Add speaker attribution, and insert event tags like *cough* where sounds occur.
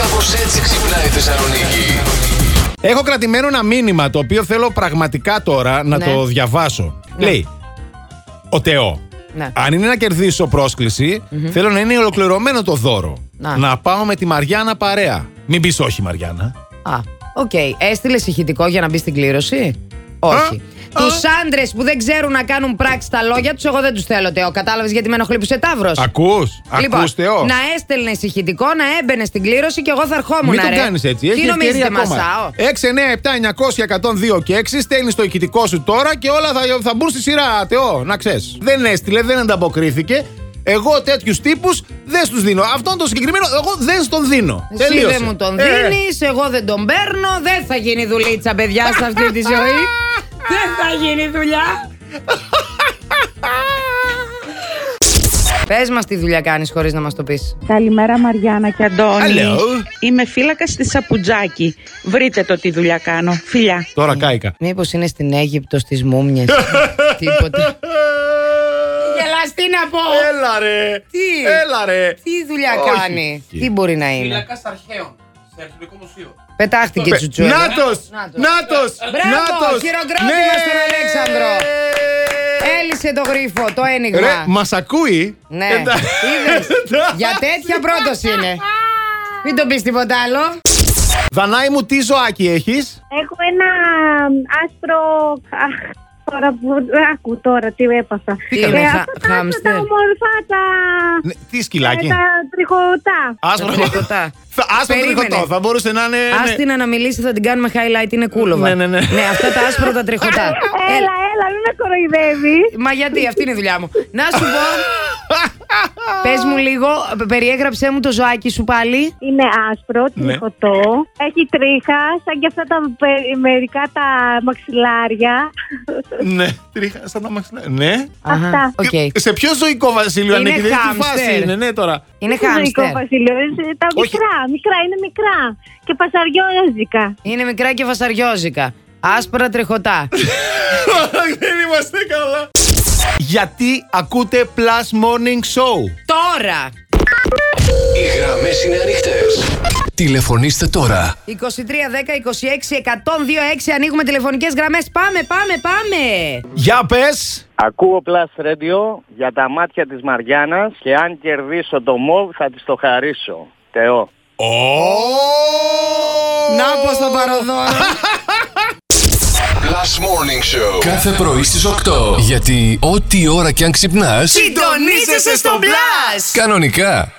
Speaker 1: Κάπως έτσι ξυπνάει η Θεσσαλονίκη.
Speaker 2: Έχω κρατημένο ένα μήνυμα το οποίο θέλω πραγματικά τώρα να
Speaker 3: Ναι.
Speaker 2: το διαβάσω. Λέει, ο Τεό,
Speaker 3: Ναι.
Speaker 2: αν είναι να κερδίσω πρόσκληση, θέλω να είναι ολοκληρωμένο το δώρο.
Speaker 3: Να.
Speaker 2: πάω με τη Μαριάννα παρέα. Μην πεις όχι, Μαριάννα.
Speaker 3: Α, οκ. Έστειλες ηχητικό για να μπει στην κλήρωση. Όχι.
Speaker 2: Α, α.
Speaker 3: Τους άντρες που δεν ξέρουν να κάνουν πράξη τα λόγια τους, εγώ δεν τους θέλω, Τεό. Κατάλαβες γιατί με ενοχλεί που είσαι ταύρος.
Speaker 2: Ακούς,
Speaker 3: Λοιπόν,
Speaker 2: ακούς Τεό.
Speaker 3: να έστελνε ηχητικό, να έμπαινε στην κλήρωση και εγώ θα ερχόμουν.
Speaker 2: Μην το
Speaker 3: ρε.
Speaker 2: κάνεις έτσι. Έχει
Speaker 3: Τι νομίζετε,
Speaker 2: ευκαιρία ακόμα.
Speaker 3: μασάω.
Speaker 2: 6, 9, 7, 900, 102 και 6. Στέλνεις το ηχητικό σου τώρα και όλα θα, θα μπουν στη σειρά. Τεό, να ξέρεις. Δεν έστειλε, δεν ανταποκρίθηκε. Εγώ τέτοιους τύπους δεν του δίνω. Αυτόν τον συγκεκριμένο εγώ δεν στον δίνω.
Speaker 3: Εσύ
Speaker 2: Τελείωσε.
Speaker 3: δεν μου τον
Speaker 2: Ε,
Speaker 3: δίνεις, εγώ δεν τον παίρνω. Δεν θα γίνει δουλίτσα, παιδιά, σε αυτή τη ζωή. δεν θα γίνει
Speaker 2: *laughs*
Speaker 3: δουλειά. Πες μας τι δουλειά κάνεις χωρίς να μας το πεις.
Speaker 4: Καλημέρα Μαριάννα και Αντώνη.
Speaker 2: Hello.
Speaker 4: Είμαι φύλακας στη Σαπουτζάκη. Βρείτε το τι δουλειά κάνω. Φιλιά.
Speaker 2: Τώρα κάηκα.
Speaker 3: Μήπως είναι στην Αίγυπτο στις μούμιες.
Speaker 2: *laughs*
Speaker 3: Τίποτα. Γελάς, τι να πω.
Speaker 2: Έλα ρε.
Speaker 3: Τι?
Speaker 2: Έλα ρε.
Speaker 3: Τι δουλειά
Speaker 2: Όχι.
Speaker 3: κάνει. Τι μπορεί να είναι.
Speaker 5: Φυλακά αρχαίων σε αρχαιολογικό μουσείο.
Speaker 3: Πετάχτηκε τσουτσού.
Speaker 2: Νάτος!
Speaker 3: Νάτος.
Speaker 2: Νάτος!
Speaker 3: Μπράβο,
Speaker 2: Νάτος!
Speaker 3: χειροκρότημα
Speaker 2: Ναι. Ε.
Speaker 3: στον Αλέξανδρο. Έλυσε το γρίφο, το ένιγμα.
Speaker 2: Ρε, μας ακούει.
Speaker 3: Ναι.
Speaker 2: Εντά-
Speaker 3: Είδες. Για τέτοια πρώτο είναι. Μην τον πεις τίποτα άλλο.
Speaker 2: Ναι, Δανάη μου, τι ζωάκι έχεις.
Speaker 6: Έχω ένα άσπρο. Αχ, τώρα που. Άκου τώρα τι έπαθα.
Speaker 3: Τι είναι,
Speaker 6: Ε,
Speaker 3: χα-
Speaker 6: αυτά τα-
Speaker 3: χάμστερ?
Speaker 6: Τα όμορφα, τα.
Speaker 2: Ναι, Τι σκυλάκι.
Speaker 6: τα τριχωτά.
Speaker 2: Άσπρο
Speaker 3: Τα τρικοτά.
Speaker 2: Θα- Άσπρο
Speaker 3: Περίμενε.
Speaker 2: τριχωτό. Θα μπορούσε να είναι. ναι.
Speaker 3: Ας την αναμιλήσει, θα την κάνουμε highlight, είναι κούλοβα.
Speaker 2: Ναι, ναι, ναι.
Speaker 3: αυτά τα άσπρα τα *laughs* τριχωτά. Ε,
Speaker 6: Έλα, έλα, μην με κοροϊδεύεις.
Speaker 3: Μα γιατί, αυτή είναι η δουλειά μου. Να σου
Speaker 2: *laughs*
Speaker 3: πω, πες μου λίγο, περιέγραψέ μου το ζωάκι σου πάλι.
Speaker 6: Είναι άσπρο, τριχωτό. Έχει τρίχα, σαν και αυτά τα πε- μερικά τα μαξιλάρια.
Speaker 2: Ναι, τρίχα, σαν να μας Ναι.
Speaker 3: Αχα, οκ.
Speaker 2: Σε ποιο ζωικό βασίλειο
Speaker 3: Είναι
Speaker 2: ανήκει, δεν έχει τη
Speaker 3: χάμστερ.
Speaker 2: φάση είναι, ναι τώρα. *laughs*
Speaker 3: Είναι
Speaker 6: Τι ζωικό
Speaker 3: χάμστερ.
Speaker 6: βασίλειο, ε, Τα
Speaker 2: Όχι.
Speaker 6: μικρά, μικρά, είναι μικρά. Και πασαριόζικα.
Speaker 3: Είναι μικρά και βασαριόζικα. Άσπρα *laughs* τριχωτά.
Speaker 2: Δεν είμαστε καλά. Γιατί ακούτε Plus Morning Show.
Speaker 3: Τώρα!
Speaker 1: Οι γραμμές είναι ανοιχτές. Τηλεφωνήστε τώρα.
Speaker 3: 23, 10, 26, 102, 6 ανοίγουμε τηλεφωνικές γραμμές. Πάμε, πάμε, πάμε!
Speaker 2: Για πες.
Speaker 7: Ακούω Plus Radio για τα μάτια της Μαριάννας και αν κερδίσω το MOV θα της το χαρίσω. Θεό.
Speaker 3: Να πω στο παροδόρο.
Speaker 1: Last Morning Show. Κάθε πρωί στις 8. Γιατί ό,τι ώρα κι αν ξυπνάς,
Speaker 3: Συντονίζεσαι στο μπλα!
Speaker 1: κανονικά